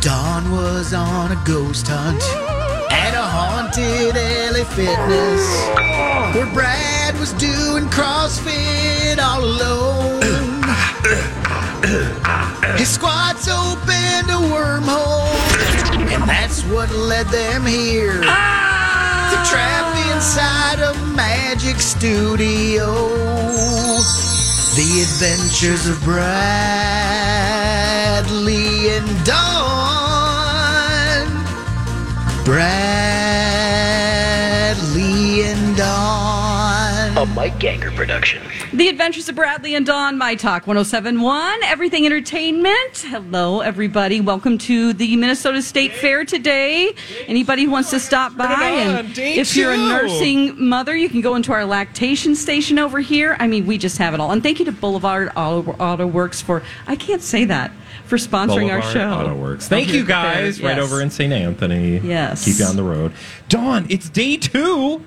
Dawn was on a ghost hunt at a haunted LA Fitness where Brad was doing CrossFit all alone. His squats opened a wormhole, and that's what led them here. They're trapped inside a magic studio. The Adventures of Bradley and Dawn. Bradley and Dawn. A Mike Ganger production. The Adventures of Bradley and Dawn, My Talk 1071, Everything Entertainment. Hello, everybody. Welcome to the Minnesota State Fair today. Anybody who wants to stop by, and if you're a nursing mother, you can go into our lactation station over here. I mean, we just have it all. And thank you to Boulevard Auto, Auto Works for, I can't say that, for sponsoring our show. Auto Works. Thank you guys. Fair, Right yes. over in St. Anthony. Yes. Keep you on the road. Dawn, it's day two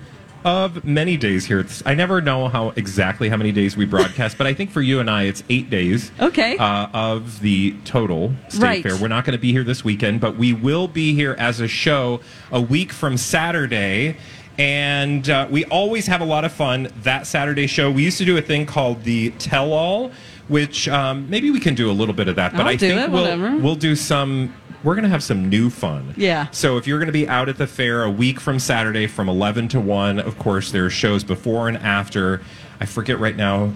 of many days here. It's, I never know how exactly how many days we broadcast, but I think for you and I, it's eight days. Okay. Uh, of the total state Right. fair. We're not going to be here this weekend, but we will be here as a show a week from Saturday. And uh, we always have a lot of fun that Saturday show. We used to do a thing called the Tell All, which um, maybe we can do a little bit of that. But I'll I do think it, we'll, whatever. we'll do some. We're going to have some new fun. Yeah. So if you're going to be out at the fair a week from Saturday from 11 to 1, of course, there are shows before and after. I forget right now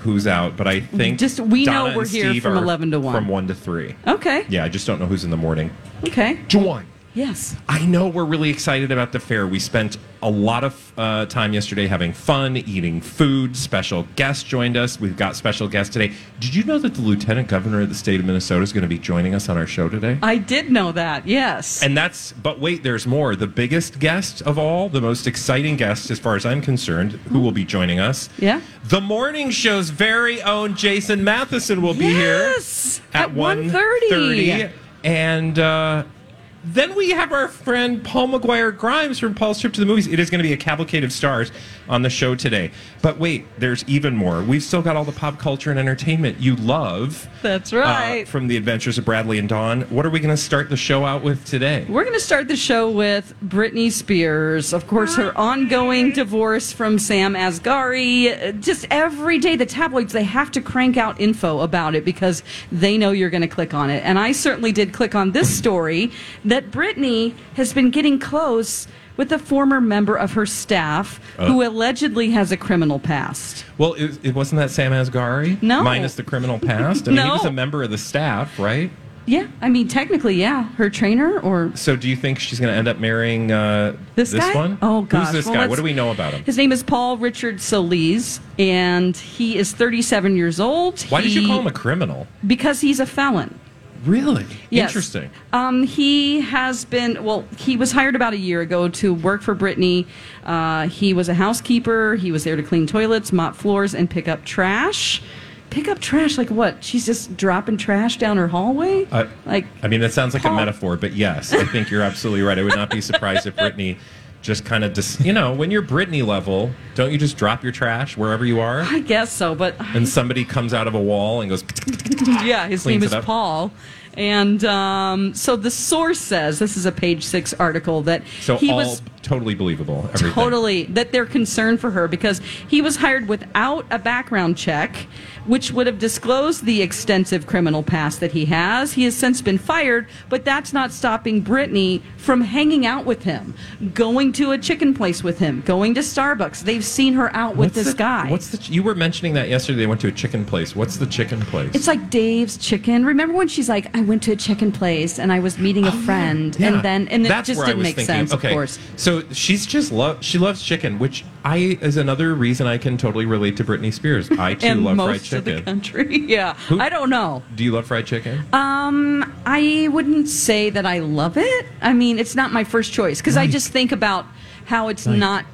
who's out, but I think Just- we know Donna and we're here Steve from are 11 to 1. From 1 to 3. Okay. Yeah, I just don't know who's in the morning. Okay. Juwan. Yes. I know we're really excited about the fair. We spent a lot of uh, time yesterday having fun, eating food. Special guests joined us. We've got special guests today. Did you know that the lieutenant governor of the state of Minnesota is going to be joining us on our show today? I did know that. Yes. And that's, but wait, there's more. The biggest guest of all, the most exciting guest, as far as I'm concerned, who will be joining us. Mm-hmm. Yeah. The morning show's very own Jason Matheson will be Yes! here At 1:30. 1:30. And uh, then we have our friend Paul McGuire Grimes from Paul's Trip to the Movies. It is going to be a cavalcade of stars on the show today. But wait, there's even more. We've still got all the pop culture and entertainment you love. That's uh, right. from the adventures of Bradley and Dawn. What are we going to start the show out with today? We're going to start the show with Britney Spears. Of course, her ongoing divorce from Sam Asghari. Uh, Just every day, the tabloids, they have to crank out info about it because they know you're going to click on it. And I certainly did click on this story that Britney has been getting close with a former member of her staff who allegedly has a criminal past. Well, it, it wasn't that Sam Asghari? No. Minus the criminal past. I mean, he No. was a member of the staff, right? Yeah, I mean, technically, yeah. Her trainer or So do you think she's going to end up marrying uh, This, guy? one? Oh, gosh. Who's this Well, guy? let's- What do we know about him? His name is Paul Richard Solis, and he is 37 years old. Why did you He- call him a criminal? Because he's a felon. Really? Yes. Interesting. Um, he has been, well, he was hired about a year ago to work for Brittany. Uh, he was a housekeeper. He was there to clean toilets, mop floors, and pick up trash. Pick up trash? Like what? She's just dropping trash down her hallway? Uh, like, I mean, that sounds like Paul- a metaphor, but yes, I think you're absolutely right. I would not be surprised if Brittany just kind of, dis- you know, when you're Brittany level, don't you just drop your trash wherever you are? I guess so, but And somebody comes out of a wall and goes, yeah, his Cleans name it is up. Paul. And um, so the source says this is a page six article that so he all was totally believable. Everything. Totally, that they're concerned for her because he was hired without a background check, which would have disclosed the extensive criminal past that he has. He has since been fired, but that's not stopping Brittany from hanging out with him, going to a chicken place with him, going to Starbucks. They've seen her out with What's this the- guy. What's the? You were mentioning that yesterday. They went to a chicken place. What's the chicken place? It's like Dave's chicken. Remember when she's like, I went to a chicken place and I was meeting a friend, and then and it Oh, That's just where I didn't was make thinking. sense. Okay. Of course, So she's just love. She loves chicken, which I is another reason I can totally relate to Britney Spears. I too and love fried most of the chicken. country. Yeah, I don't know. Do you love fried chicken? Um, I wouldn't say that I love it. I mean, it's not my first choice because I Right. just think about how it's Right. not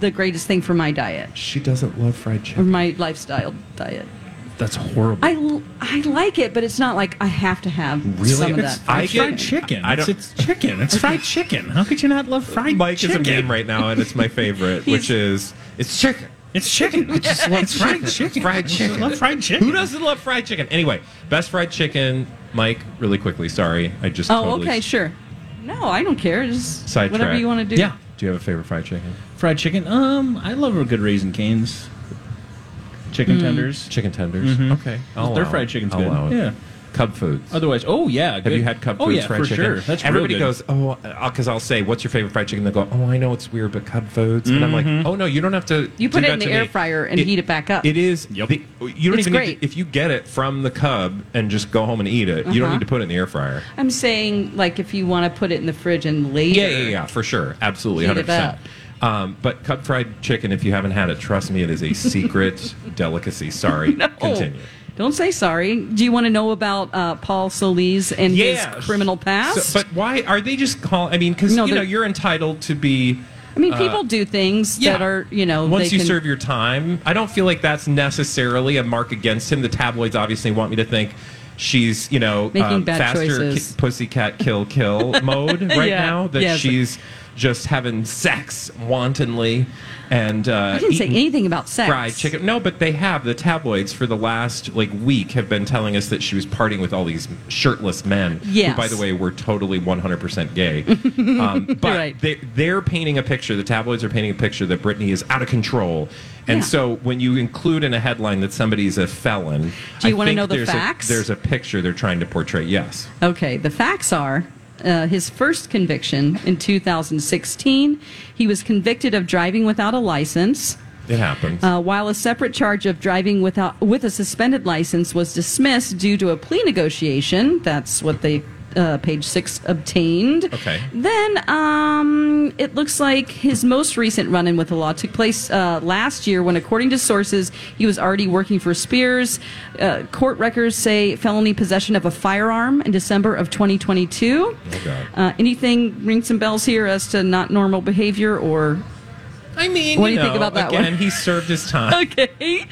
the greatest thing for my diet she doesn't love fried or chicken. my lifestyle diet. That's horrible. I, l- I like it, but it's not like I have to have Really? some of It's- that. I It's get- fried chicken. I It's, don't- it's chicken. It's fried chicken. How could you not love fried Mike chicken? is a meme right now, and it's my favorite, which is it's chicken. It's chicken. I just love fried chicken. Fried I just chicken. love fried chicken. Who doesn't love fried chicken? Anyway, best fried chicken, Mike. Really quickly, sorry, I just oh, totally okay, sure. No, I don't care. Just Sidetrack. whatever you want to do. Yeah. Do you have a favorite fried chicken? Fried chicken. Um, I love a good raisin canes. Hmm. Chicken tenders. Chicken tenders. Okay, I'll Their allow fried it. chicken's I'll good. allow it. Yeah. Cub foods. Otherwise, oh yeah. Have good- you had Cub Oh Foods yeah, fried for chicken? sure. That's real everybody good. goes. Oh, because I'll say, "What's your favorite fried chicken?" They go, "Oh, I know it's weird, but Cub Foods." And I'm like, Mm-hmm. "Oh no, you don't have to." You do put it that in to the air me." fryer and heat it back up. It is. Yep. the- you don't It's even great. Need to, if you get it from the Cub and just go home and eat it, Uh-huh. you don't need to put it in the air fryer. I'm saying, like, if you want to put it in the fridge and later. Yeah, yeah, yeah, for sure, absolutely, Heat hundred it percent. Um, but Cub fried chicken, if you haven't had it, trust me, it is a secret delicacy. Sorry, continue. Don't say sorry. Do you want to know about uh, Paul Solis and his criminal past? So- but why are they just call? I mean, because No, you know they're- you're entitled to be. I mean, people do things that are, you know, uh, once they you can, serve your time, I don't feel like that's necessarily a mark against him. The tabloids obviously want me to think she's, you know, um, Making bad faster choices. pussycat kill kill mode right Yeah. now. That Yes. she's just having sex wantonly and uh, I didn't say eating anything about sex. fried chicken. No, but they have the tabloids for the last like week have been telling us that she was partying with all these shirtless men. Yes. Who, by the way, were totally 100% gay. um, but Right. they, they're painting a picture, the tabloids are painting a picture that Britney is out of control. And Yeah. so when you include in a headline that somebody's a felon, Do you I wanna think know the there's a- facts? there's a picture they're trying to portray. Yes. Okay, the facts are uh, his first conviction in 2016, he was convicted of driving without a license. It happens. Uh, while a separate charge of driving without with a suspended license was dismissed due to a plea negotiation, that's what they uh, page six obtained. Okay. Then um, it looks like his most recent run-in with the law took place uh, last year, when, according to sources, he was already working for Spears. Uh, court records say felony possession of a firearm in December of 2022. God. Uh, anything ring some bells here as to not normal behavior or I mean, what do you think about that again, one? he served his time. okay.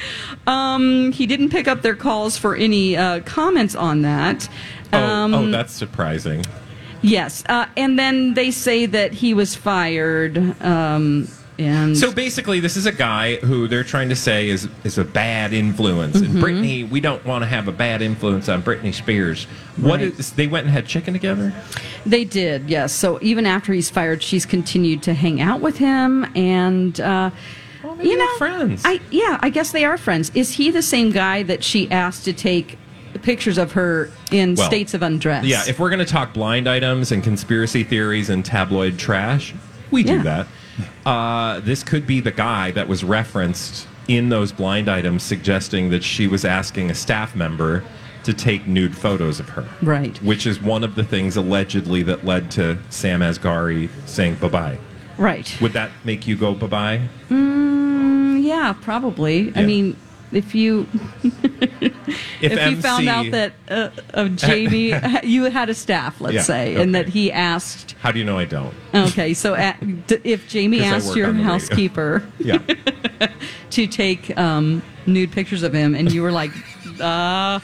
Um, he didn't pick up their calls for any uh, comments on that. Um, oh, oh, that's surprising. Yes. Uh, and then they say that he was fired. Um, and So basically, this is a guy who they're trying to say is is a bad influence. Mm-hmm. And Britney, we don't want to have a bad influence on Britney Spears. What is? Right. They went and had chicken together. they did, yes. So even after he's fired, she's continued to hang out with him. And, uh, Well, maybe you they're know, friends. I, yeah, I guess they are friends. Is he the same guy that she asked to take pictures of her in Well, states of undress? Yeah, if we're going to talk blind items and conspiracy theories and tabloid trash, we do Yeah. that. Uh, this could be the guy that was referenced in those blind items, suggesting that she was asking a staff member to take nude photos of her. Right. Which is one of the things allegedly that led to Sam Asghari saying bye bye. Right. Mm, Would that make you go bye bye? Yeah, probably. I Yeah. mean, if you if, you found out that uh, of Jamie, you had a staff, let's Yeah, say, and okay. that he asked. How do you know I don't? Okay, so at, d- if Jamie 'Cause I asked work your on the radio. housekeeper Yeah. to take um, nude pictures of him, and you were like, uh,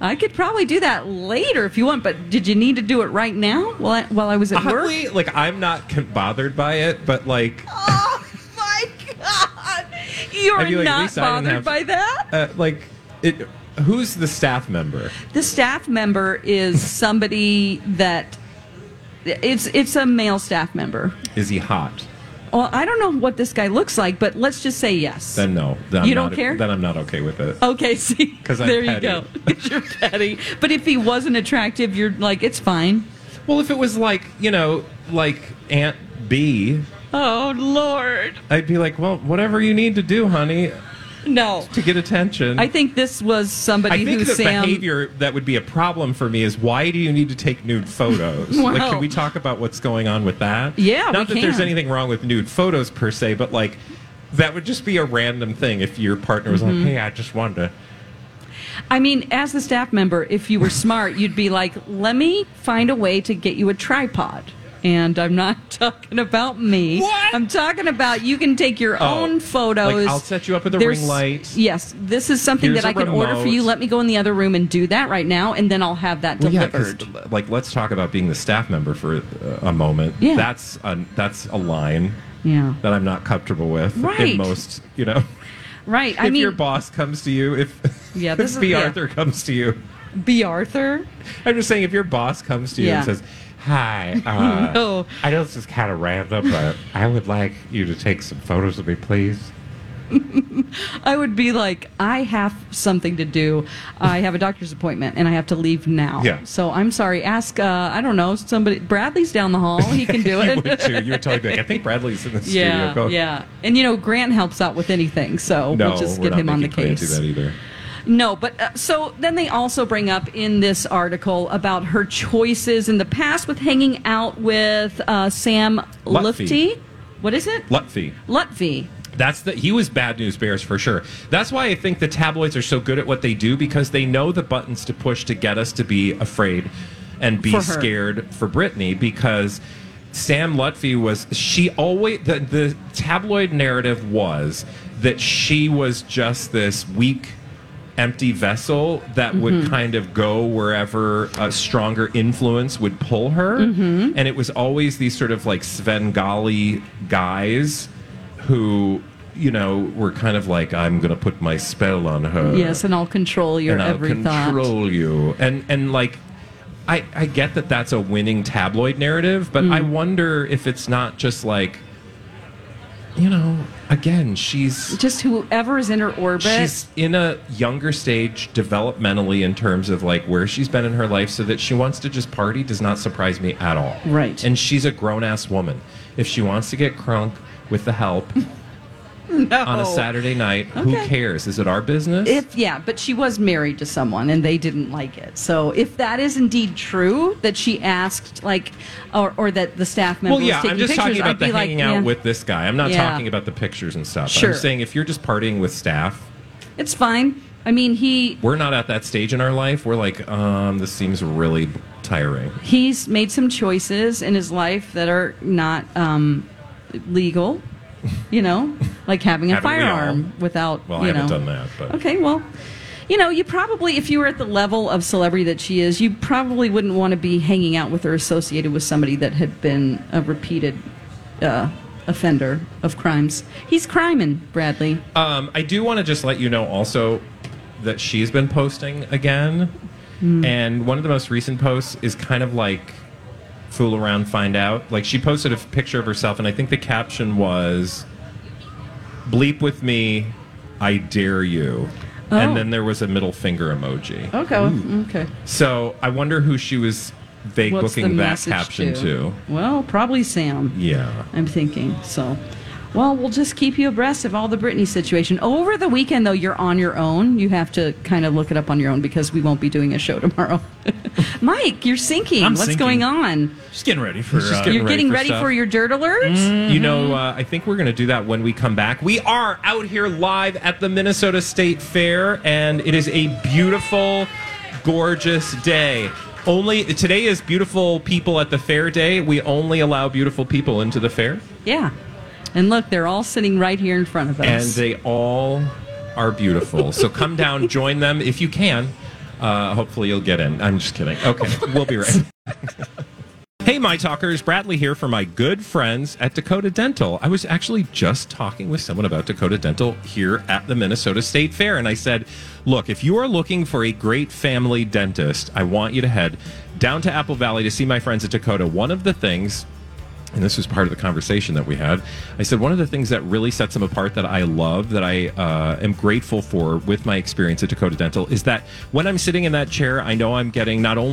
"I could probably do that later if you want," but did you need to do it right now while I, while I was at work? Oddly, like I'm not con- bothered by it, but like, Oh my god, you I'd are be like, "At not least I didn't bothered have- by that. uh, like it. Who's the staff member? The staff member is somebody that it's it's a male staff member. Is he hot? well, I don't know what this guy looks like, but let's just say yes. Then no. Then I'm You don't not- care? Then I'm not okay with it. Okay, see, 'Cause I'm there you petty. go. You're petty. But if he wasn't attractive, you're like, it's fine. Well, if it was like, you know, like Aunt B, Oh Lord, I'd be like, well, whatever you need to do, honey, no. to get attention. I think this was somebody I think who the Sam. behavior that would be a problem for me is why do you need to take nude photos? Wow. Like, can we talk about what's going on with that? Yeah, not we that there's can. anything wrong with nude photos per se, but like that would just be a random thing if your partner was Mm-hmm. like, "Hey, I just wanted to." I mean, as the staff member, if you were smart, you'd be like, let me find a way to get you a tripod. And I'm not talking about me. What? I'm talking about you can take your Oh, own photos. like, I'll set you up with a ring light. Yes, this is something Here's that a I can order for you. remote. Let me go in the other room and do that right now, and then I'll have that Well, yeah, delivered. 'cause, like let's talk about being the staff member for uh, a moment. Yeah. that's a, that's a line Yeah. that I'm not comfortable with Right. in most. You know, right. I if mean, your boss comes to you, if Yeah, if this is- B. yeah. Arthur comes to you, B. Arthur. I'm just saying, if your boss comes to you Yeah. and says, "Hi, uh, No. I know this is kind of random, but I would like you to take some photos of me, please." I would be like, I have something to do. I have a doctor's appointment and I have to leave now. Yeah. So I'm sorry. Ask, uh, I don't know, somebody. Bradley's down the hall. He can do you it. would too. You would totally be like, "I think Bradley's in the yeah. studio." Go- Yeah. And, you know, Grant helps out with anything. So No, we'll just we're get not him on the making Grant do case. that either. No, but uh, so then they also bring up in this article about her choices in the past with hanging out with uh, Sam Lutfi. Lifty. What is it? Lutfi. Lutfi. That's the he was bad news bears for sure. That's why I think the tabloids are so good at what they do because they know the buttons to push to get us to be afraid and be For her. scared for Britney because Sam Lutfi was she always the, the tabloid narrative was that she was just this weak empty vessel that would kind of go wherever a stronger influence would pull her and it was always these sort of like Svengali guys who you know were kind of like I'm going to put my spell on her Yes, and I'll control your and I'll every thought. control you and and like I I get that that's a winning tabloid narrative but Mm. I wonder if it's not just like you know again she's just whoever is in her orbit. She's in a younger stage developmentally in terms of like where she's been in her life, so that she wants to just party does not surprise me at all. Right. And she's a grown ass woman. If she wants to get crunk with the help on a Saturday night, who Oh. Okay. cares? Is it our business? If yeah, but she was married to someone and they didn't like it. So if that is indeed true that she asked like or, or that the staff member well, yeah, was taking I'm just pictures, talking I'd about the be like, hanging out "Yeah, with this guy. I'm not Yeah. talking about the pictures and stuff. Sure. I'm saying if you're just partying with staff, It's fine. I mean, he we're not at that stage in our life. We're like, um, this seems really tiring. he's made some choices in his life that are not um, legal, you know, like having a Haven't we all? firearm without Well, you I haven't know. done that, but Okay, well, you know, you probably, if you were at the level of celebrity that she is, you probably wouldn't want to be hanging out with or associated with somebody that had been a repeated uh, offender of crimes. He's criming, Bradley. Um, I do want to just let you know also that she's been posting again, Hmm. and one of the most recent posts is kind of like fool around, find out. Like she posted a f- picture of herself, and I think the caption was "bleep with me, I dare you," Oh. and then there was a middle finger emoji. Okay, mm. okay. So I wonder who she was vague What's the booking that message caption to. Well, probably Sam. Yeah. I'm thinking. So, well, we'll just keep you abreast of all the Britney situation. Over the weekend, though, you're on your own. You have to kind of look it up on your own because we won't be doing a show tomorrow. Mike, you're sinking. I'm What's sinking. going on? Just getting ready for. just uh, getting you're getting ready ready for for, your dirt alerts? You know, uh, I think we're going to do that when we come back. We are out here live at the Minnesota State Fair, and it is a beautiful, gorgeous day. Only today is beautiful people at the fair day. We only allow beautiful people into the fair, Yeah. And look, they're all sitting right here in front of and us. they all are beautiful. so come down, join them if you can. Uh, hopefully, you'll get in. I'm just kidding. Okay, we'll be right. Hey, my talkers, Bradley here for my good friends at Dakota Dental. I was actually just talking with someone about Dakota Dental here at the Minnesota State Fair, and I said, Look, if you are looking for a great family dentist, I want you to head down to Apple Valley to see my friends at Dakota. One of the things and this was part of the conversation that we had. I said, one of the things that really sets them apart that I love, that I uh, am grateful for with my experience at Dakota Dental, is that when I'm sitting in that chair, I know I'm getting not only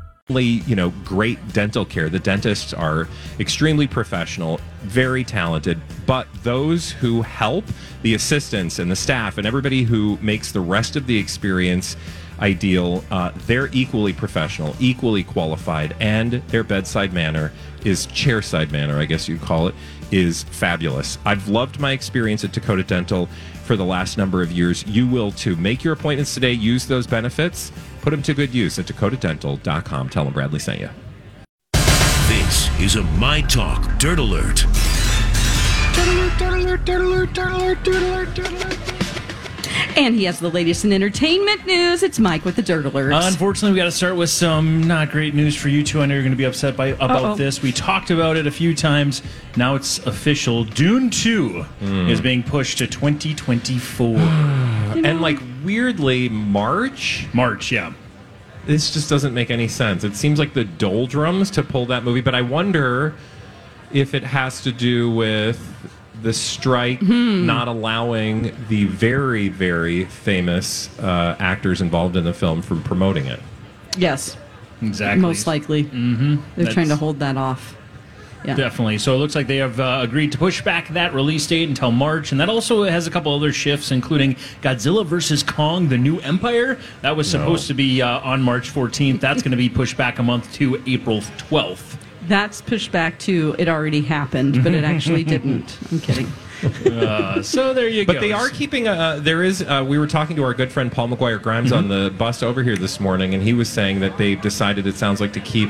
you know great dental care the dentists are extremely professional very talented but those who help the assistants and the staff and everybody who makes the rest of the experience ideal uh, they're equally professional equally qualified and their bedside manner is chairside manner i guess you'd call it is fabulous i've loved my experience at dakota dental for the last number of years you will too make your appointments today use those benefits Put them to good use at dakotadental.com. Tell them Bradley sent you. This is a My Talk Dirt Alert. And he has the latest in entertainment news. It's Mike with the Dirt Alerts. Unfortunately, we got to start with some not great news for you two. I know you're going to be upset by about Uh-oh. this. We talked about it a few times. Now it's official. Dune 2 Hmm. is being pushed to 2024. And like weirdly, March, March, yeah. this just doesn't make any sense. It seems like the doldrums to pull that movie, but I wonder if it has to do with the strike not allowing the very, very famous uh, actors involved in the film from promoting it. yes, Exactly. most likely. Mm-hmm. They're That's- trying to hold that off. Definitely. So it looks like they have uh, agreed to push back that release date until March, and that also has a couple other shifts, including Godzilla versus Kong: The New Empire. That was supposed to be uh, on March 14th. That's going to be pushed back a month to April 12th. That's pushed back to it already happened, but it actually Mm-hmm. didn't. I'm kidding. Uh, so there you go. But they are keeping a. There is. Uh, we were talking to our good friend Paul McGuire Grimes on Mm-hmm. the bus over here this morning, and he was saying that they've decided it sounds like to keep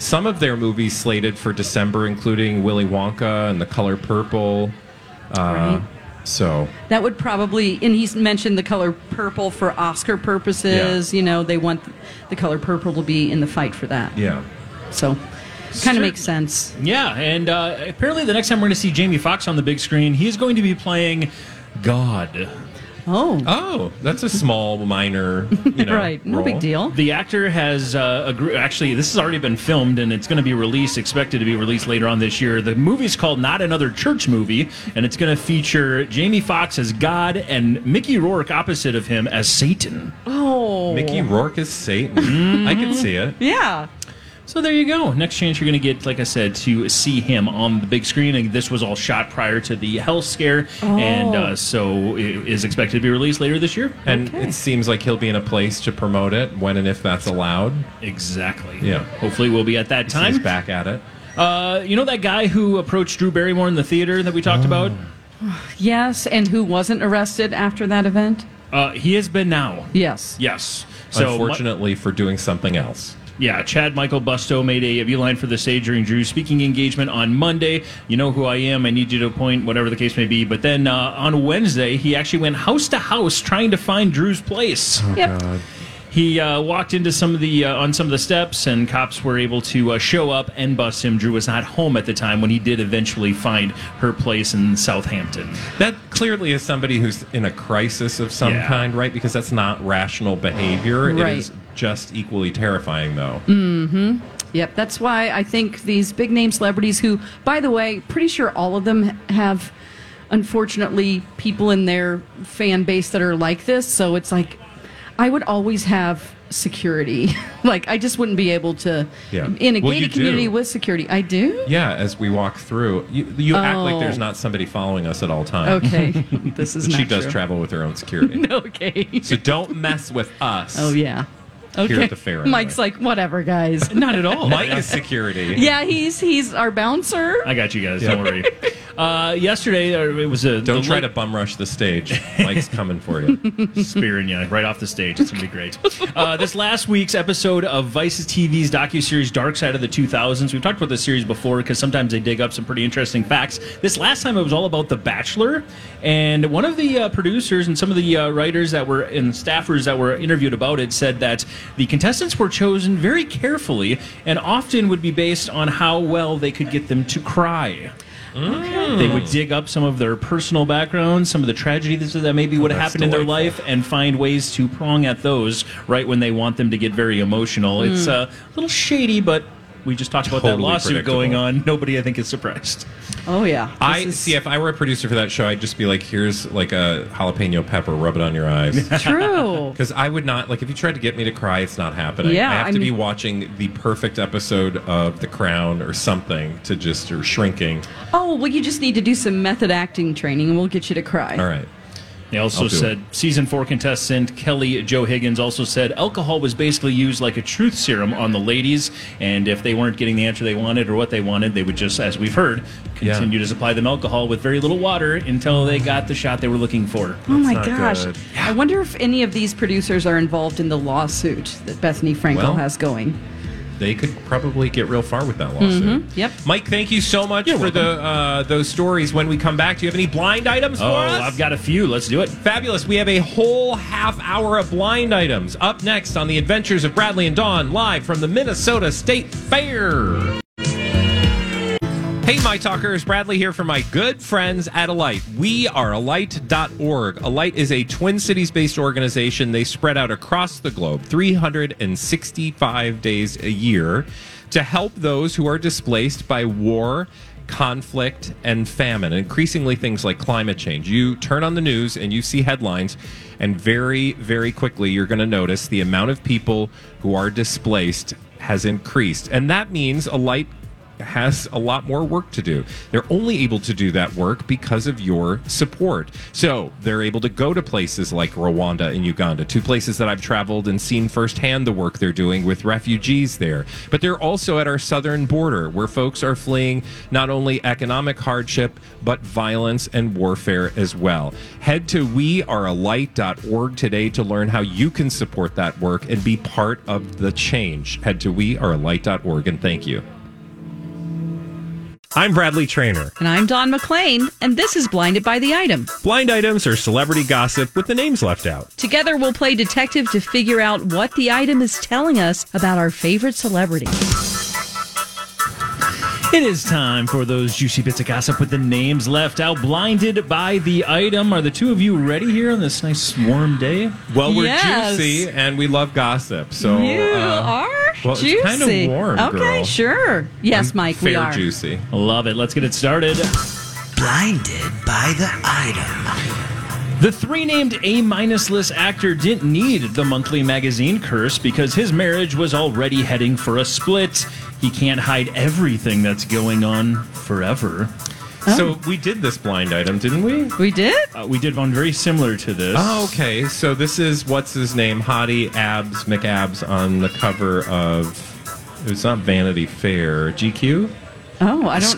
some of their movies slated for December, including Willy Wonka and The Color Purple. Uh, So That would probably, and he's mentioned the color purple for Oscar purposes. You know, they want the color purple to be in the fight for that. yeah, So, kind of makes sense. Yeah, and uh, apparently the next time we're going to see Jamie Foxx on the big screen, he's going to be playing God. Oh, oh, that's a small minor, you know, right. No big role. deal. The actor has uh, agree- actually this has already been filmed and it's going to be released, expected to be released later on this year. The movie's called Not Another Church Movie, and it's going to feature Jamie Foxx as God and Mickey Rourke opposite of him as Satan. Oh, Mm-hmm. Mickey Rourke is Satan. I can see it. yeah. So there you go. Next chance you're going to get, like I said, to see him on the big screen. And this was all shot prior to the health scare, and uh, so it is expected to be released later this year. And it seems like he'll be in a place to promote it when and if that's allowed. Exactly. Yeah. Hopefully we'll be at that So He's time. back at it. Uh, you know that guy who approached Drew Barrymore in the theater that we talked about? Oh. Yes, and who wasn't arrested after that event? Uh, he has been now. Yes. Yes. So Unfortunately, for doing something else. Mi- yeah, Chad Michael Busto made a beeline for the stage during Drew's speaking engagement on Monday. You know who I am. I need you to appoint whatever the case may be. But then uh, on Wednesday, he actually went house to house trying to find Drew's place. Oh, Yep. He uh, walked into some of the uh, on some of the steps, and cops were able to uh, show up and bust him. Drew was not home at the time when he did eventually find her place in Southampton. That clearly is somebody who's in a crisis of some Yeah. kind, right? Because that's not rational behavior. Right. It is just equally terrifying, though. Yep. That's why I think these big name celebrities, who, by the way, pretty sure all of them have, unfortunately, people in their fan base that are like this. So it's like, I would always have security. like I just wouldn't be able to Yeah. in a Well, you gated community do. with security. I do. Yeah, as we walk through, you, you act like Oh. there's not somebody following us at all times. Okay, this is But not she does true. travel with her own security. Okay. So don't mess with us. Oh yeah. Okay. Here at the fair. anyway. Mike's like, whatever, guys. Not at all. Mike is security. yeah, he's he's our bouncer. I got you guys. Yeah. Don't worry. Uh, yesterday uh, it was a Don't the try late- to bum rush the stage. Mike's coming for you. spearing you right off the stage. It's gonna be great. Uh, this last week's episode of Vice's TV's docuseries Dark Side of the 2000s. We've talked about this series before because sometimes they dig up some pretty interesting facts. This last time it was all about The Bachelor, and one of the uh, producers and some of the uh, writers that were and staffers that were interviewed about it said that the contestants were chosen very carefully and often would be based on how well they could get them to cry. Hmm. They would dig up some of their personal backgrounds, some of the tragedies that maybe would have that's happened in their delightful. life, and find ways to prong at those right when they want them to get very emotional. It's uh, a little shady, but we just talked about that Hmm. Totally lawsuit predictable. going on. Nobody, I think, is surprised. Oh yeah. This I is see. If I were a producer for that show, I'd just be like, "Here's like a jalapeno pepper. Rub it on your eyes." true. Because I would not like if you tried to get me to cry, it's not happening. Yeah, I have I to mean- be watching the perfect episode of The Crown or something to just or Shrinking. Oh well, you just need to do some method acting training, and we'll get you to cry. All right. They also I'll do it. said season four contestant Kelly Joe Higgins also said alcohol was basically used like a truth serum on the ladies, and if they weren't getting the answer they wanted or what they wanted, they would just, as we've heard, Yeah. continue to supply them alcohol with very little water until they got the shot they were looking for. Oh my not gosh! good. I wonder if any of these producers are involved in the lawsuit that Bethany Frankel Well- has going. They could probably get real far with that lawsuit. Mm-hmm. Yep. Mike, thank you so much for the uh, those stories. When we come back, do you have any blind items Oh, for us? I've got a few. Let's do it. Fabulous. We have a whole half hour of blind items up next on the adventures of Bradley and Dawn live from the Minnesota State Fair. Hey, my talkers. Bradley here for my good friends at Alight. We are alight.org. Alight is a Twin Cities based organization. They spread out across the globe 365 days a year to help those who are displaced by war, conflict, and famine, and increasingly things like climate change. You turn on the news and you see headlines, and very, very quickly you're going to notice the amount of people who are displaced has increased. And that means Alight has a lot more work to do. They're only able to do that work because of your support. So they're able to go to places like Rwanda and Uganda, two places that I've traveled and seen firsthand the work they're doing with refugees there. But they're also at our southern border where folks are fleeing not only economic hardship, but violence and warfare as well. Head to wearealight.org today to learn how you can support that work and be part of the change. Head to wearealight.org and thank you. I'm Bradley Trainer. And I'm Don McClain, and this is Blinded by the Item. Blind items are celebrity gossip with the names left out. Together, we'll play detective to figure out what the item is telling us about our favorite celebrity. It is time for those juicy bits of gossip with the names left out, blinded by the item. Are the two of you ready here on this nice warm day? Well, we're Yes. juicy and we love gossip, so you uh, are well, it's juicy. kinda warm, Okay, girl. sure. Yes, Mike, fair we are. juicy. Love it. Let's get it started. Blinded by the item. The three named A minus list actor didn't need the monthly magazine curse because his marriage was already heading for a split. He can't hide everything that's going on forever. So we did this blind item, didn't we? We did? Uh, we did one very similar to this. Oh, okay. So this is what's his name, Hottie Abs McAbs on the cover of it's not Vanity Fair, GQ Oh, I don't.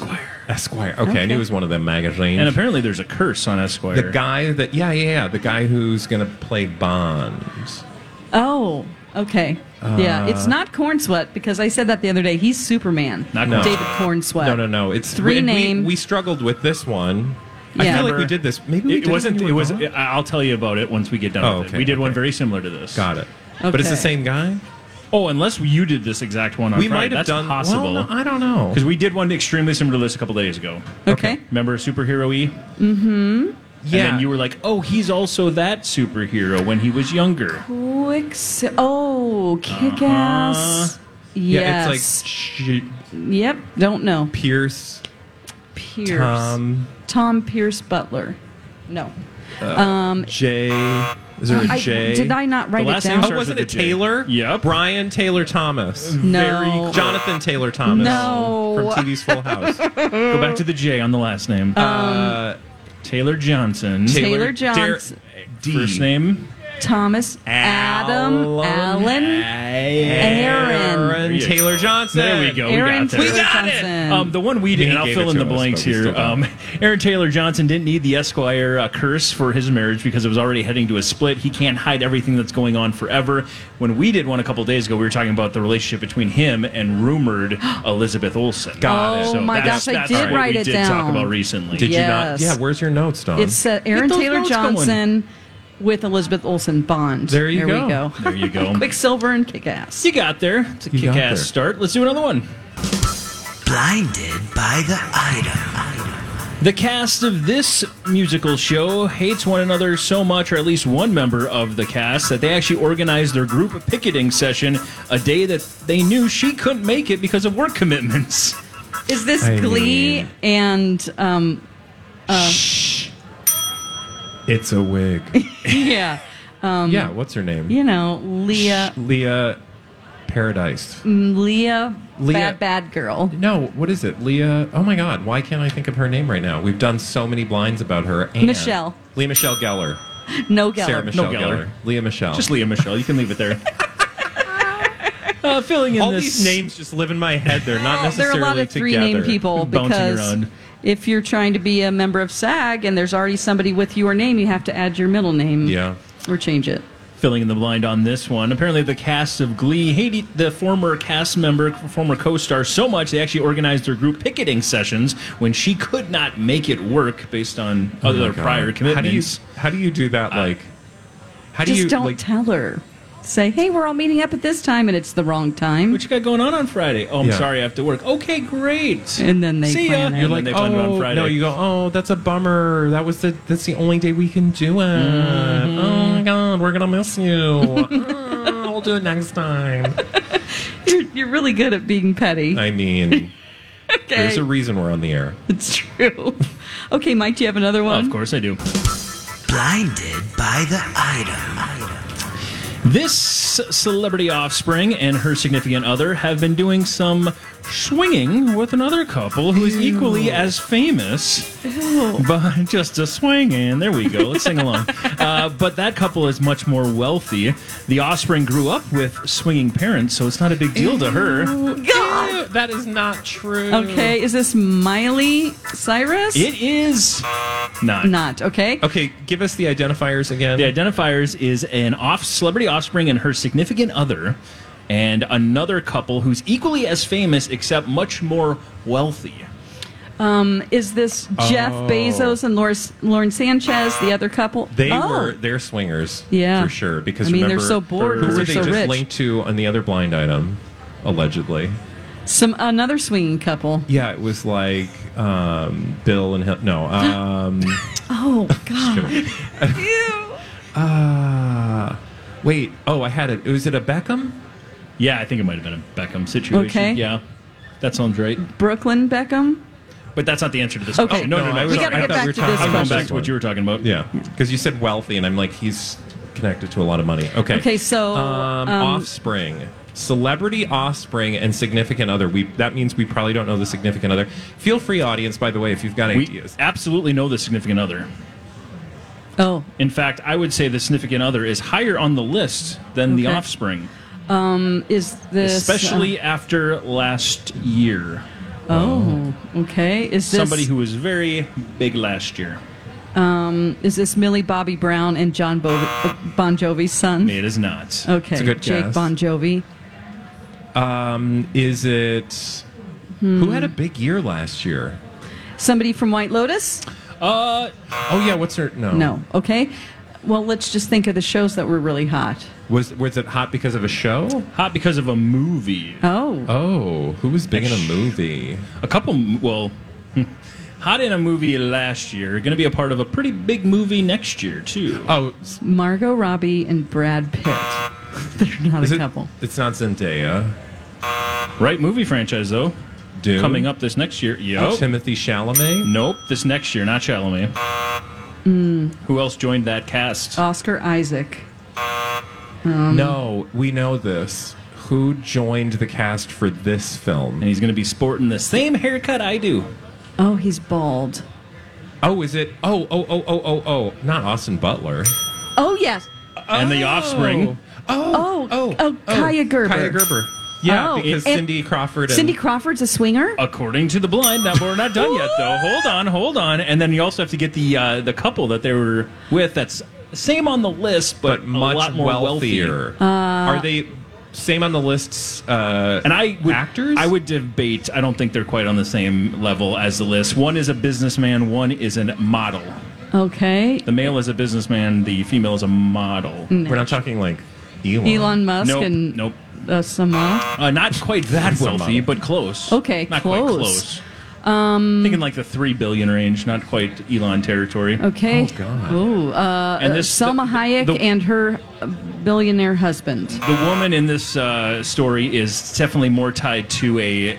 Esquire. Okay, I Okay. knew it was one of them magazines. And apparently there's a curse on Esquire. the guy that yeah yeah yeah the guy who's gonna play Bonds. Oh, okay. yeah, it's Uh, not Corn Sweat because I said that the other day. He's Superman. Not No. David Corn Sweat. No, no, no. It's Uh, Three and we- name- We, struggled with this one. I Yeah. feel like we did this. Maybe we it did wasn't. when It you were was. gone? I- I'll tell you about it once we get done. Oh, with it. okay, We did one okay. very similar to this. Got it. But it's the Okay. same guy. Oh, unless you did this exact one on we Friday. might have That's done possible. Well, no, I don't know. because we did one extremely similar to this a couple days ago. Okay. Mm-hmm. Remember superhero E? Yeah. And then you were like, oh, he's also that superhero when he was younger. Quick. se- Oh, kick ass. Uh-huh. yeah. Yes. It's like Sh- yep. Don't know. Pierce, Pierce. Tom, Tom Pierce Butler. No. Jay. Is there a I- J? did I not write The it last name down? Oh, starts wasn't with it a J. Taylor? Yep. Brian Taylor Thomas. No. Very close. Jonathan Taylor Thomas. No. From TV's Full House. Go back to the J on the last name. Uh, Taylor Johnson. Um, Taylor Johnson. D. First name. Thomas, Adam, Alan, Aaron. Taylor Johnson. There we go. Aaron we got that. Taylor Johnson. Um, the one we did, He and I'll gave fill it in to the us, blanks but we still here. don't. Um, Aaron Taylor Johnson didn't need the Esquire uh, curse for his marriage because it was already heading to a split. He can't hide everything that's going on forever. When we did one a couple days ago, we were talking about the relationship between him and rumored Elizabeth Olsen. Got it. Oh my that's- gosh, I that's did what write we it did down. talk about recently. Did Yes. you not? Yeah, where's your notes, Don? It's uh, Aaron those Taylor notes going. Johnson with Elizabeth Olsen Bond. There there you go. We go. There you go. Quicksilver and kick ass. You got there. It's a You got kick ass there. start. Let's do another one. Blinded by the item. The cast of this musical show hates one another so much, or at least one member of the cast, that they actually organized their group picketing session a day that they knew she couldn't make it because of work commitments. Is this I Glee mean- and um Shh. It's a wig. yeah, um, yeah, what's her name? you know Leah Leah Paradise. Leah, Leah- bad bad girl. No, what is it? Leah. Oh my God, why can't I think of her name right now? We've done so many blinds about her. And Michelle. Leah Michelle Geller. No Geller. Sarah Michelle No Geller. Geller. Leah Michelle. Just Leah Michelle, you can leave it there. uh, filling in All this these names just live in my head. They're not There are necessarily a lot of three name together. people Bouncing because around. if you're trying to be a member of SAG and there's already somebody with your name, you have to add your middle name. Yeah. Or change it. filling in the blind on this one. Apparently, the cast of Glee hated the former cast member, former co-star, so much they actually organized their group picketing sessions when she could not make it work based on Oh my other God. prior How do you commitments. how do you do that? Like, how do Just you not like? tell her. Say, hey, we're all meeting up at this time, and it's the wrong time. What you got going on on Friday? Oh, I'm Yeah. sorry, I have to work. Okay, great. And then they see ya. plan it. You're And like, Like, they planned it on oh, Friday. no, you go, oh, that's a bummer. That was the that's the only day we can do it. Oh my god, we're gonna miss you. oh, we'll do it next time. you're, you're really good at being petty. I mean, okay. there's a reason we're on the air. it's true. okay, Mike, do you have another one? of course I do. Blinded by the item. This celebrity offspring and her significant other have been doing some swinging with another couple who is equally as famous, but just a swinging. There we go. Let's sing along. Uh, but that couple is much more wealthy. The offspring grew up with swinging parents, so it's not a big deal to her. Ew, that is not true. Okay, is this Miley Cyrus? It is not. Not, okay? Okay, give us the identifiers again. The identifiers is an off celebrity offspring and her significant other, and another couple who's equally as famous except much more wealthy. Um, is this Jeff Oh. Bezos and Laura, Lauren Sanchez, the other couple? They Oh. were they're swingers, Yeah. for sure. Because I mean, they're remember, so bored Who 'cause were they're they so just rich. linked to on the other blind item, allegedly? some another swinging couple. Yeah, it was like um, Bill and Hil- no. Um, Oh God! uh, wait, oh, I had it. Was it a Beckham? Yeah, I think it might have been a Beckham situation. Okay. Yeah. That sounds right. Brooklyn Beckham. But that's not the answer to this Okay. question. No, no, no. I no was- We gotta I get thought back were to talking this I'm about going question. back to what you were talking about. Yeah, because you said wealthy, and I'm like, he's connected to a lot of money. Okay. Okay, so, um, um, offspring, celebrity offspring, and significant other. We that means we probably don't know the significant other. Feel free, audience. By the way, if you've got We ideas, absolutely know the significant other. Oh, In fact, I would say the significant other is higher on the list than the Okay. offspring, is this especially after last year. uh, oh, okay. Is this Somebody who was very big last year. is this Millie Bobby Brown and John Bo- uh, Bon Jovi's son? It is not. Okay, It's a good Jake guess. Bon Jovi. is it who Hmm. had a big year last year? Somebody from White Lotus? Uh, Oh yeah, what's her no No. Okay. Well, let's just think of the shows that were really hot. Was was it hot because of a show? hot because of a movie. Oh, Oh, who was big in a movie? A couple, well, hot in a movie last year. Going to be a part of a pretty big movie next year too. Oh, Margot Robbie and Brad Pitt. They're not is a it, couple. It's not Zendaya. Right movie franchise though. Dune Coming up this next year. Yep. Oh, Timothy Chalamet. Nope, this next year, not Chalamet. Who else joined that cast? Oscar Isaac. Um. no, we know this. Who joined the cast for this film? and he's going to be sporting the same haircut I do. Oh, he's bald. Oh, is it? Oh, oh, oh, oh, oh, oh. Not Austin Butler. Oh yes. And the offspring. Oh, Oh, oh, oh, Kaya Gerber. Kaya Gerber. Yeah, Oh, because and- Cindy Crawford and Cindy Crawford's a swinger. According to the blind. Now we're not done yet, though. Hold on, hold on. And then you also have to get the uh, the couple that they were with. That's same on the list, but, but a much lot more wealthy. wealthier. Uh, Are they same on the lists? Uh, And I would, actors. I would debate. I don't think they're quite on the same level as the list. One is a businessman. One is a model. Okay. The male is a businessman. The female is a model. We're not talking like Elon. Elon Hmm, Musk Nope, and nope. uh, someone. Uh, not quite that Well, wealthy, model. but close. Okay, not close. quite close. Um, Thinking like the three billion range, not quite Elon territory. Okay. Oh, God. Ooh, uh, And this- Selma the- Hayek the- and her uh, billionaire husband. The woman in this uh, story is definitely more tied to a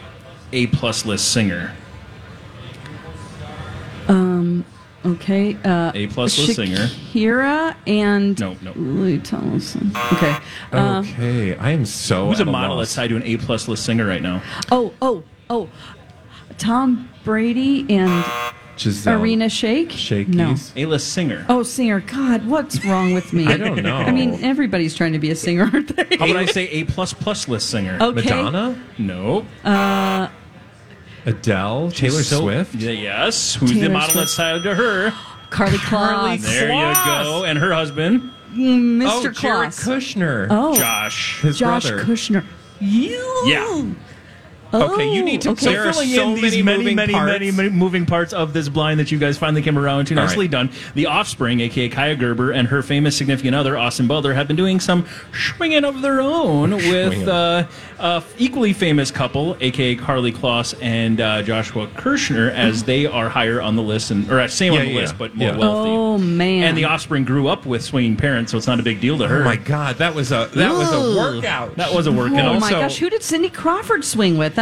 A plus list singer. Okay. Uh, A plus list singer. Shakira and No, no. Louis Tomlinson. Okay. Uh, Okay, I am so. Who's a at model loss. that's tied to an A plus list singer right now? oh, oh, oh. Tom Brady and Giselle Arena Shake. Shakies. No. A list singer. Oh, singer. God, what's wrong with me? I don't know. I mean, everybody's trying to be a singer, aren't they? How would I say A plus plus list singer? Okay. Uh, Madonna, No. Adele, Taylor So- Swift. Yeah, yes. Who's Taylor the model Swift. that's tied to her? Carly Claus. There Kloss. you go. And her husband, Mr. Oh, Jared Claus. Kushner. Oh, Josh. his Josh brother. Kushner. You. Yeah. Okay, you need to. okay. There are filling so in these many, moving many, many, parts. many, many moving parts of this blind that you guys finally came around to. All Nicely right. done. The offspring, aka Kaya Gerber, and her famous significant other, Austin Butler, have been doing some swinging of their own with Swinging. uh, a equally famous couple, aka Carly Kloss and uh, Joshua Kirshner, as they are higher on the list and or uh, same Yeah, on the yeah, list, yeah. but more Yeah. wealthy. Oh, man. And the offspring grew up with swinging parents, so it's not a big deal to her. Oh my God, that was a that was a workout. That was a work. Oh and my also- gosh, who did Cindy Crawford swing with? That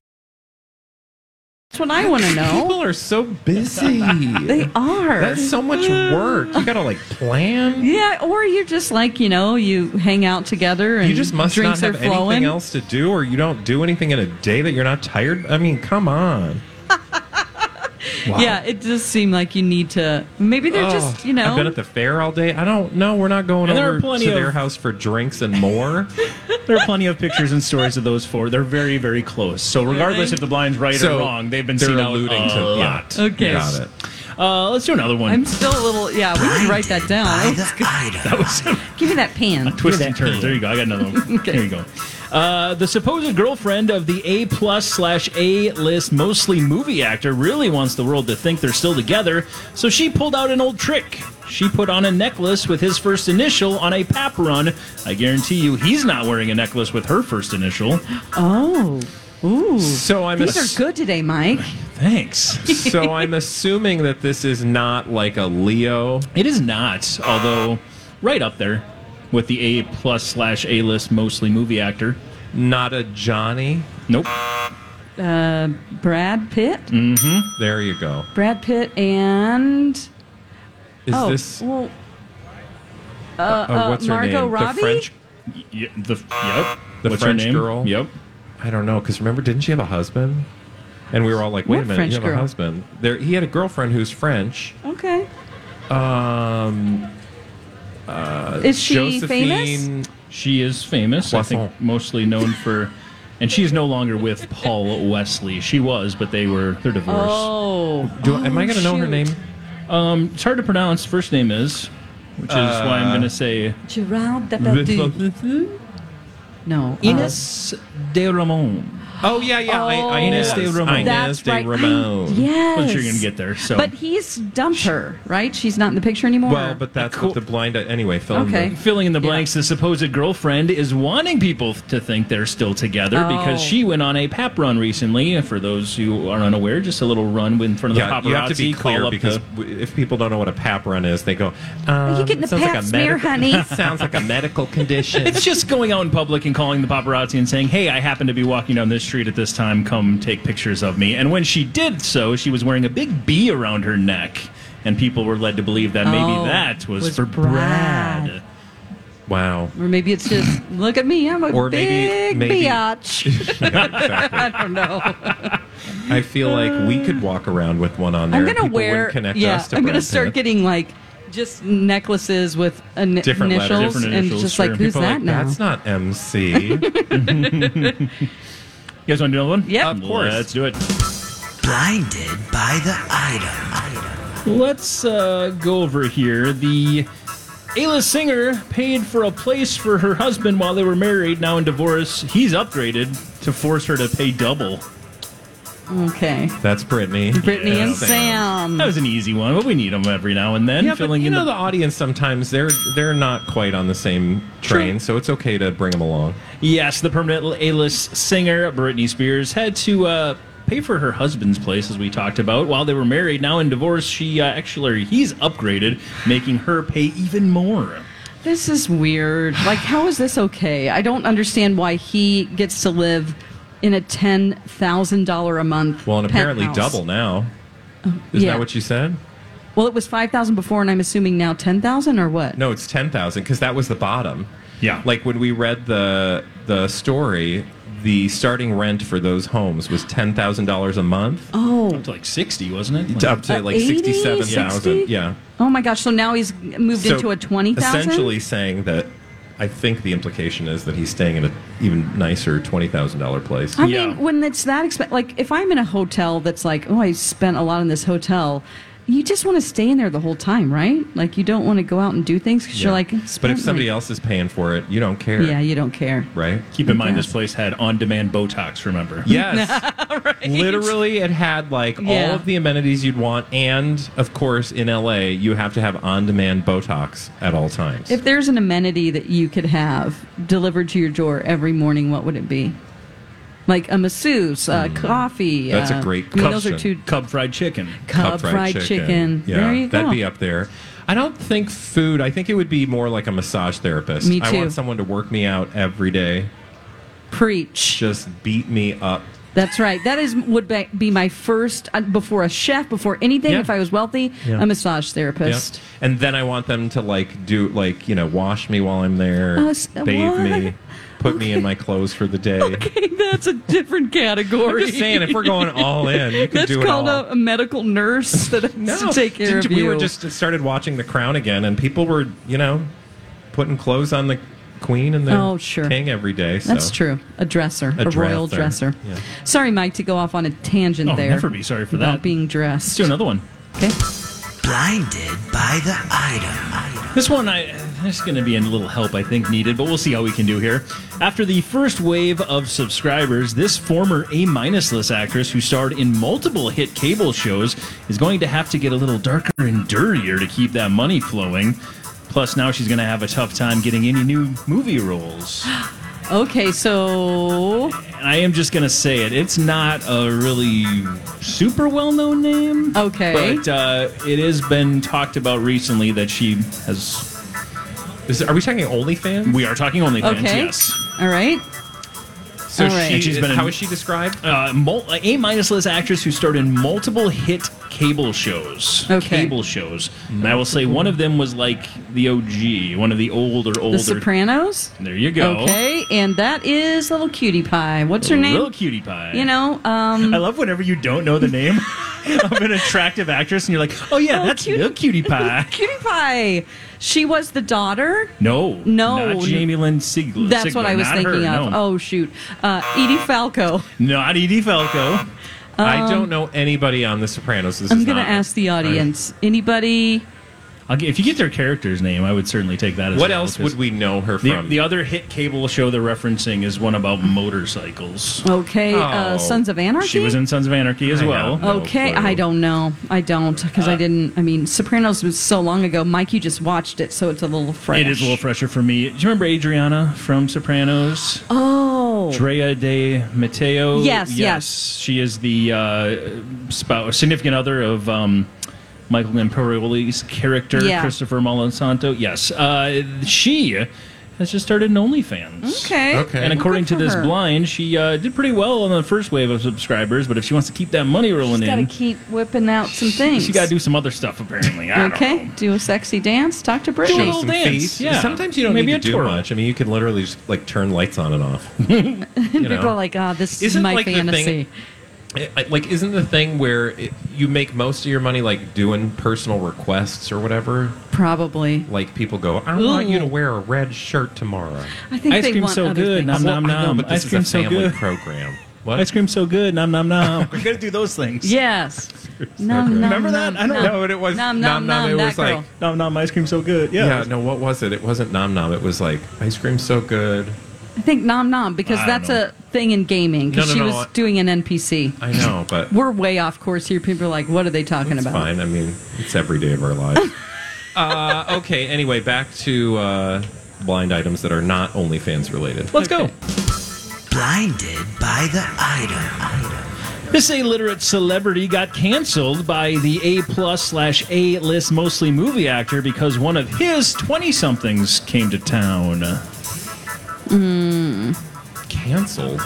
that's what I want to know. People are so busy. They are. That's so much work. You gotta like plan. yeah, or you're just like, you know, you hang out together and You just must not drinks have are flowing. anything else to do, or you don't do anything in a day that you're not tired. I mean, come on. Wow. Yeah, it does seem like you need to. Maybe they're just, Oh, you know. I've been at the fair all day. I don't know. We're not going And there are over plenty to their of- house for drinks and more. There are plenty of pictures and stories of those four. They're very, very close. So, regardless if the blind's right or wrong, they've been they're seen out alluding a to lot. Yeah. Okay. Got it. Uh, let's do another one. I'm still a little. Yeah, we can write that down. that was Give me that pan. twists and turns. There you go. I got another one. Here you go. Uh, the supposed girlfriend of the A plus slash A list mostly movie actor really wants the world to think they're still together, so she pulled out an old trick. She put on a necklace with his first initial on a pap run. I guarantee you, he's not wearing a necklace with her first initial. Oh. Ooh. So I'm These ass- are good today, Mike. Thanks. so I'm assuming that this is not like a Leo. It is not, although right up there with the A plus slash A list mostly movie actor. Not a Johnny. Nope. Uh, Brad Pitt. Mm. There you go. Brad Pitt and. Is oh, this well, uh, what's her Margot name? Robbie? The French. Y- the, yep. The What's French her name? girl? Yep. I don't know because remember, didn't she have a husband? And we were all like, "Wait What a minute, French you have girl? a husband." There, he had a girlfriend who's French. okay. Um, Uh, Is she Josephine- famous? She is famous. I think mostly known for, and she's no longer with Paul Wesley. She was, but they were they're divorced. Oh. Oh, shoot. Um, it's hard to pronounce. First name is, which is why I'm Uh, going to say Gerard Depardieu. No. uh, Ines de Ramon. Oh yeah, yeah. I, I, Ines de Ramon. That's right. I- yes. Well, sure, you're gonna get there. So, But he's dumped her, right? She's not in the picture anymore. Well, but that's what the blind. Anyway, fill in Okay. the- filling in the blanks, the supposed girlfriend is wanting people to think they're still together because Oh. she went on a pap run recently. For those who are unaware, just a little run in front of Yeah, the paparazzi. you have to be call clear up because the- w if people don't know what a pap run is, they go, um, you getting a sounds like pap smear, medical- honey?" sounds like a medical condition. it's just going out in public and calling the paparazzi and saying, "Hey, I happen to be walking down this street at this time. Come take pictures of me." And when she did so, she was wearing a big B around her neck, and people were led to believe that maybe Oh, that was, was for Brad. Wow. Or maybe it's just look at me, I'm a Or maybe- big maybe- biatch. I don't know. I feel like we could walk around with one on there. I'm and gonna people wear. wouldn't Connect yeah, us to I'm gonna Brad start Pitt. getting like just necklaces with in- different initials, letters, and just like sure. who's People that are like, now? That's not MC. You guys want to do another one? Yeah, of course. Let's do it. Blinded by the item. Let's uh, go over here. The Ayla Singer paid for a place for her husband while they were married. Now in divorce, he's upgraded to force her to pay double. okay. That's Brittany. Brittany and Sam. That was an easy one, but we need them every now and then. Um, yeah, but filling you in know the the audience sometimes they're they're not quite on the same train, so it's okay to bring them along. Yes, the permanent A-list singer Britney Spears had to uh, pay for her husband's place, as we talked about, while they were married. Now in divorce, she uh, actually he's upgraded, making her pay even more. This is weird. Like, how is this okay? I don't understand why he gets to live in a ten thousand dollar a month. Well, and apparently penthouse. double now. Isn't yeah. that what you said? Well, it was five thousand before, and I'm assuming now ten thousand or what? No, it's ten thousand because that was the bottom. Yeah, like when we read the the story, the starting rent for those homes was ten thousand dollars a month, Oh, Up to like sixty, wasn't it? up to Uh, like 80, sixty-seven thousand. 60? Yeah, oh my gosh! So now he's moved So, into a twenty thousand. Essentially saying that, I think the implication is that he's staying in an even nicer twenty thousand dollar place. I mean, when it's that expensive, like if I'm in a hotel that's like, oh, I spent a lot in this hotel. You just want to stay in there the whole time, right? Like you don't want to go out and do things because you're Yeah. like. but spend if somebody money. else is paying for it, you don't care. Yeah, you don't care. Right. Keep in mind, this place had on-demand Botox. Remember? Yes. Literally, it had like Yeah. all of the amenities you'd want. And of course, in LA, you have to have on demand Botox at all times. If there's an amenity that you could have delivered to your door every morning, what would it be? Like a masseuse, uh, coffee. Mm. That's uh, a great I mean, those are two. question. Cub fried chicken. Cub fried chicken. Yeah, There you that'd go. be up there. I don't think food. I think it would be more like a massage therapist. Me I too. want someone to work me out every day. Preach. Just beat me up. That's right. That is would be, be my first uh, before a chef, before anything. Yeah. If I was wealthy, Yeah. a massage Yeah. therapist. And then I want them to like do like you know wash me while I'm there, Oh, s- bathe what? me, put me in my clothes for the day. That's a different category. I'm just saying, if we're going all in, you can That's do it called all. A, a medical nurse that has to take care of we you. were just uh, started watching The Crown again, and people were you know putting clothes on the queen and the Oh, sure. king every day. So. That's true. A dresser, a, A royal dresser. dresser. Yeah. Sorry, Mike, to go off on a tangent Oh, there. never be sorry for about that. being dressed. Let's do another one. Okay. Blinded by the item. This one, I there's going to be a little help I think needed, but we'll see how we can do here. After the first wave of subscribers, this former A minus list actress who starred in multiple hit cable shows is going to have to get a little darker and dirtier to keep that money flowing. Plus, now she's going to have a tough time getting any new movie roles. Okay, so And I am just going to say it. It's not a really super well known name. Okay. But uh, it has been talked about recently that she has. are we talking OnlyFans? We are talking OnlyFans, okay, yes. all right. So All right. she, And she's been in- how is she described? Uh, mul- a minus list actress who starred in multiple hit cable shows. Okay. Cable shows. And I will say one of them was like the OG, one of the older, older. The Sopranos. There you go. Okay, and that is little cutie pie. What's her name? Little Cutie Pie. You know, um, I love whenever you don't know the name. of an attractive actress, and you're like, oh yeah, that's cutie. cutie pie. Cutie Pie. She was the daughter. No, No. not Jamie Lynn Sigler. That's what Sigler, I was not thinking her, of. No. Oh shoot, uh, Edie Falco. not Edie Falco. I Um, don't know anybody on The Sopranos. This I'm is going to not- ask the audience. Anybody? I'll get, if you get their character's name, I would certainly take that. as What well, else because would we know her The, from? the other hit cable show they're referencing is one about motorcycles. Okay, uh, Oh. Sons of Anarchy. She was in Sons of Anarchy as I well. okay, I don't know. I don't because I didn't. I mean, Sopranos was so long ago. Mike, you just watched it, so it's a little fresh. It is a little fresher for me. Do you remember Adriana from Sopranos? Oh, Drea de Mateo. Yes, She is the uh, spouse, significant other of um, Michael Imperioli's character, Yeah. Christopher Molasanto. Yes, uh, she has just started an OnlyFans. Okay. Okay. And according Good to for this her. blind, she uh, did pretty well on the first wave of subscribers. But if she wants to keep that money rolling She's got to in, keep whipping out some things. she got to do some other stuff apparently. I don't know. okay, do a sexy dance. Talk to Brittany. Show some feet. Sometimes you don't Maybe need a to do twirl. much. I mean, you can literally just like turn lights on and off. People know. are like, ah, this is Isn't my like the fantasy. thing- I- Eh, I- like isn't the thing where it, you make most of your money like doing personal requests or whatever Probably. like people go i want you to wear a red shirt tomorrow I think Ice they cream's want so other good, things. nom, nom, Well, I know, nom. but this Ice is cream's a so family good. program Ice cream's so good. Nom nom nom. We're gonna do those things. Yes. Nom, nom, Remember that? nom, I don't nom. know what it was. Nom, nom, nom, it that was girl. like nom nom. Ice cream's so good. yeah. Yeah. no what was it it wasn't nom nom it was like ice cream's so good I think nom nom because I don't that's know. a thing in gaming because No, no, she no, was I- doing an NPC. i know but We're way off course here. People are like, what are they talking it's about? fine i mean it's every day of our lives uh, okay anyway back to uh, blind items that are not OnlyFans related let's go Blinded by the item. This illiterate celebrity got canceled by the A plus slash A list mostly movie actor because one of his twenty somethings came to town. Mm. canceled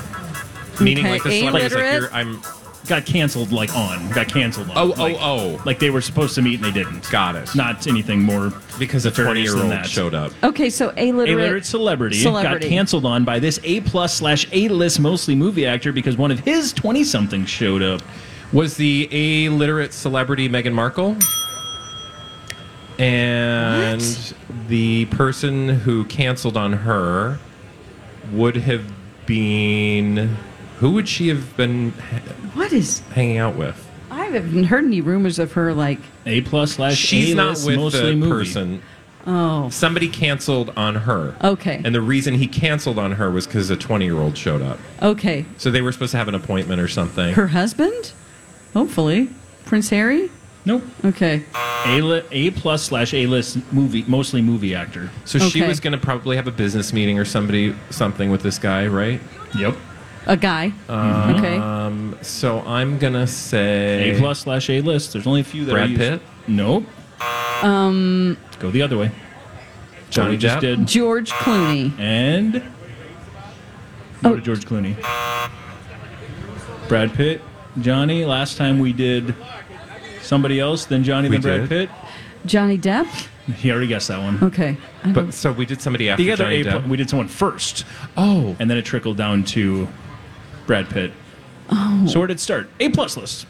meaning Okay, like the celebrities like illiterate? you're, i'm Got canceled like on. Got canceled on. Oh, like, oh, oh. Like they were supposed to meet and they didn't. Got it. Not anything more because a than 20 year old that. showed up. Okay, so A illiterate, literate celebrity, got canceled on by this A plus slash A list mostly movie actor because one of his twenty somethings showed up. Was the A literate celebrity Meghan Markle? And the person who canceled on her would have been. Who would she have been ha- What is? hanging out with? I haven't heard any rumors of her like, A plus slash She's A not list with mostly the movie. person. oh, Somebody canceled on her. Okay. And the reason he canceled on her was because a 20 year old showed up. okay, So they were supposed to have an appointment or something. her husband, hopefully, Prince Harry. Nope. Okay. A li- A plus slash A list movie mostly movie actor. So she Okay. was going to probably have a business meeting or somebody something with this guy, right? Yep. A guy. Okay. Um, so I'm gonna say A plus slash A list. There's only a few that Brad are used. Pitt? Nope. Um, Go the other way. Johnny we just Depp? did. George Clooney. And go to George Clooney. Brad Pitt, Johnny. Last time we did somebody else than Johnny We than Brad did. Johnny Depp. Pitt. He already guessed that one. Okay. I don't- But so we did somebody after the other Johnny A Depp. pl- we did someone first. Oh, and then it trickled down to Brad Pitt. Oh. So where did it start? A plus list.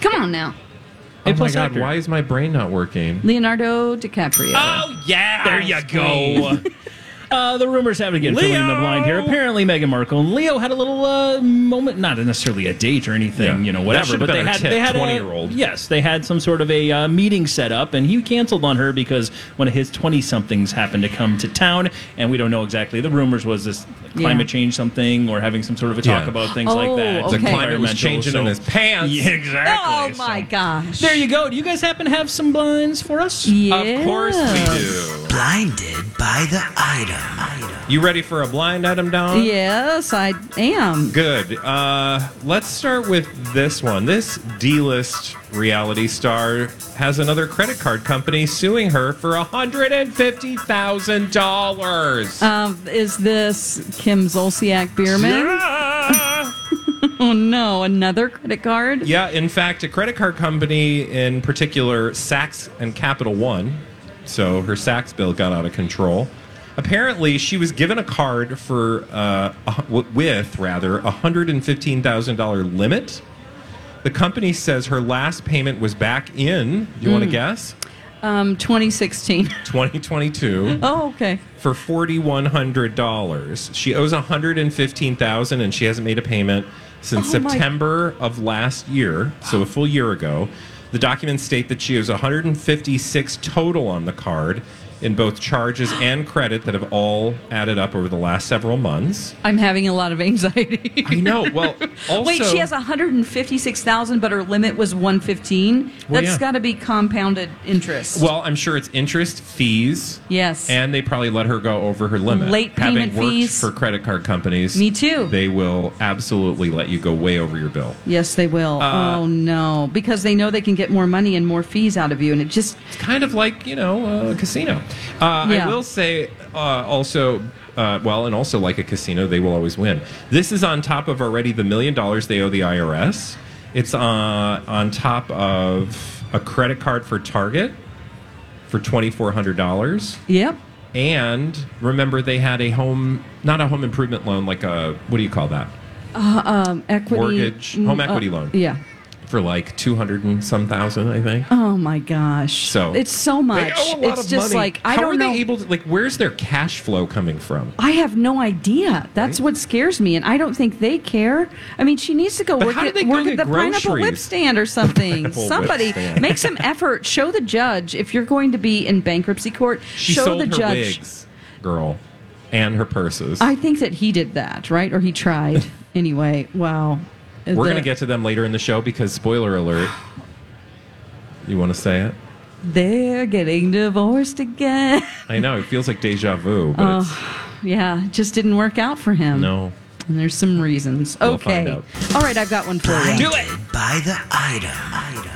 Come on now, oh my A-plus god! actor. Why is my brain not working? Leonardo DiCaprio. Ah, Oh yeah, there you go. Uh, the rumors have it again, filling in the Leo! blind here. Apparently, Meghan Markle and Leo had a little uh, moment, not necessarily a date or anything, Yeah. you know, That whatever. should've But been they our had tip, they had a- 20-year-old. Yes, they had some sort of a uh, meeting set up, and he canceled on her because one of his twenty somethings happened to come to town, and we don't know exactly. The rumors was this climate Yeah. change something or having some sort of a talk Yeah. about things like Oh, that. The okay. climate was Environmental, changing in his pants. Yeah, exactly. Oh my gosh. There you go. Do you guys happen to have some blinds for us? Yes. Of course we do. Blinded by the item. You ready for a blind item, Don? Yes, I am. Good. Uh, let's start with this one. This D-list reality star has another credit card company suing her for hundred and fifty thousand dollars. Um, is this Kim Zolciak Bierman? Yeah. Oh no, another credit card? Yeah, in fact, a credit card company in particular, Saks and Capital One, so her Saks bill got out of control. Apparently, she was given a card for uh, a hu- with rather a hundred and fifteen thousand dollar limit, The company says her last payment was back in, do you want to Mm. guess? Um, 2016. 2022 Oh, okay. for $4,100. She owes 115000 and she hasn't made a payment since Oh my- September of last year, so a full year ago. The documents state that she owes 156 total on the card in both charges and credit that have all added up over the last several months. I'm having a lot of anxiety. I know. Well, wait, also- she has 156,000, but her limit was 115. That's Well, yeah. got to be compounded interest. Well, I'm sure it's interest, fees. Yes. And they probably let her go over her limit. Late payment Having worked fees. for credit card companies. Me too. They will absolutely let you go way over your bill. yes, they will. Uh, oh no, because they know they can get more money and more fees out of you, and it just it's kind of like you know a casino. Uh, Yeah. I will say uh, also, uh, well, and also like a casino, they will always win. This is on top of already the million dollars they owe the IRS. It's uh, on top of a credit card for Target for twenty four hundred dollars. Yep. And remember, they had a home, not a home improvement loan, like a what do you call that? Uh, um, equity Mortgage, home mm, equity uh, loan. Yeah. For like two hundred and some thousand, I think. Oh my gosh. So it's so much. They owe a lot it's of just money. like I How don't are know. they able to like? Where's their cash flow coming from? I have no idea. That's what scares me, and I don't think they care. I mean, she needs to go But work how do at, they go work get at the pineapple whip groceries? stand or something. Pineapple whip Somebody stand. make some effort. Show the judge if you're going to be in bankruptcy court. She show sold the her judge. wigs, girl, and her purses. I think that he did that, right? Or he tried. anyway, wow. We're The- gonna get to them later in the show because spoiler alert. You want to say it? They're getting divorced again. I know it feels like deja vu, but it's, Oh, yeah, it just didn't work out for him. no. And there's some reasons. We'll okay. find out. All right, I've got one for you. Do it. By the item.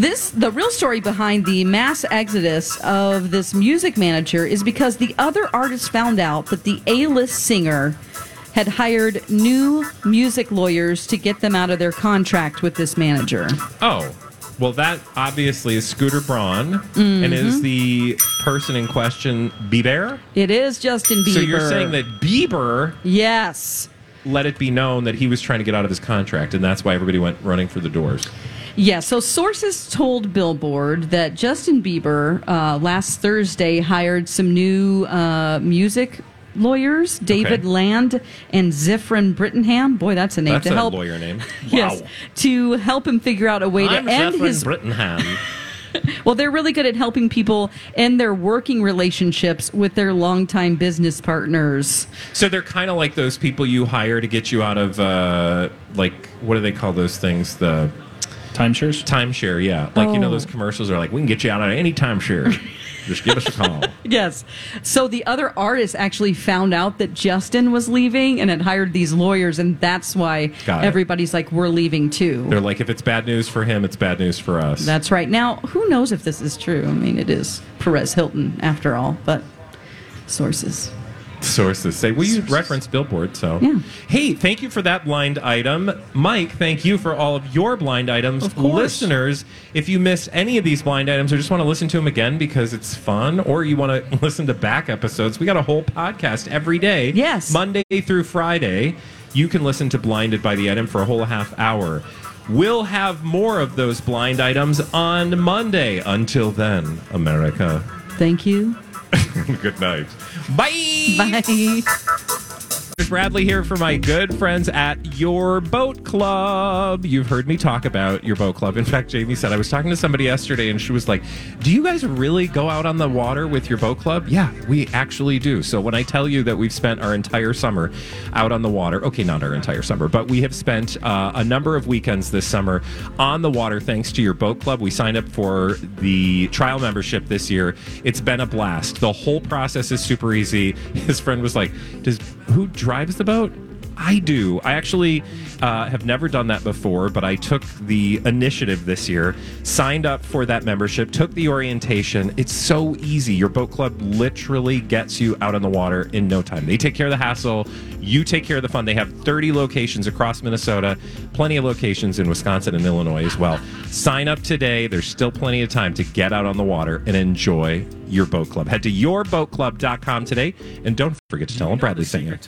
This the real story behind the mass exodus of this music manager is because the other artists found out that the A-list singer had hired new music lawyers to get them out of their contract with this manager. Oh, well, that obviously is Scooter Braun, and is Mhm. the person in question Bieber? It is Justin Bieber. So you're saying that Bieber Yes. let it be known that he was trying to get out of his contract, and that's why everybody went running for the doors. Yeah, so sources told Billboard that Justin Bieber uh, last Thursday hired some new uh, music lawyers, David Okay. Land and Zifrin Brittingham. Boy, that's a name That's to a help. lawyer name. Wow. Yes, to help him figure out a way I'm to end Zefran his. Brittenham. Well, they're really good at helping people end their working relationships with their longtime business partners. so they're kind of like those people you hire to get you out of, uh, like, what do they call those things? The timeshares. Timeshare, yeah. Like you know Oh. those commercials are like, we can get you out of any timeshare. Just give us a call. Yes. So the other artist actually found out that Justin was leaving and had hired these lawyers, and that's why Got it. everybody's like, we're leaving too. They're like, if it's bad news for him, it's bad news for us. That's right. Now, who knows if this is true? I mean, it is Perez Hilton after all, but sources. sources say. Well, you referenced Billboard, so. Yeah. Hey, thank you for that blind item. Mike, thank you for all of your blind items. Of course. Listeners, if you missed any of these blind items or just want to listen to them again because it's fun or you want to listen to back episodes, we got a whole podcast every day. Yes. Monday through Friday. You can listen to Blinded by the Item for a whole half hour. We'll have more of those blind items on Monday. Until then, America, Thank you. good night. Bye. Bye. It's Bradley here for my good friends at Your Boat Club. You've heard me talk about Your Boat Club. In fact, Jamie said I was talking to somebody yesterday and she was like, "Do you guys really go out on the water with Your Boat Club?" Yeah, we actually do. So when I tell you that we've spent our entire summer out on the water, okay, not our entire summer, but we have spent uh, a number of weekends this summer on the water thanks to Your Boat Club. We signed up for the trial membership this year. It's been a blast. The whole process is super easy. His friend was like, "Does who drives the boat?" I do. I actually uh, have never done that before, but I took the initiative this year, signed up for that membership, took the orientation. It's so easy. Your boat club literally gets you out on the water in no time. They take care of the hassle, you take care of the fun. They have 30 locations across Minnesota, plenty of locations in Wisconsin and Illinois as well. Sign up today. There's still plenty of time to get out on the water and enjoy your boat club. Head to yourboatclub.com today and don't forget to tell them Bradley sent you.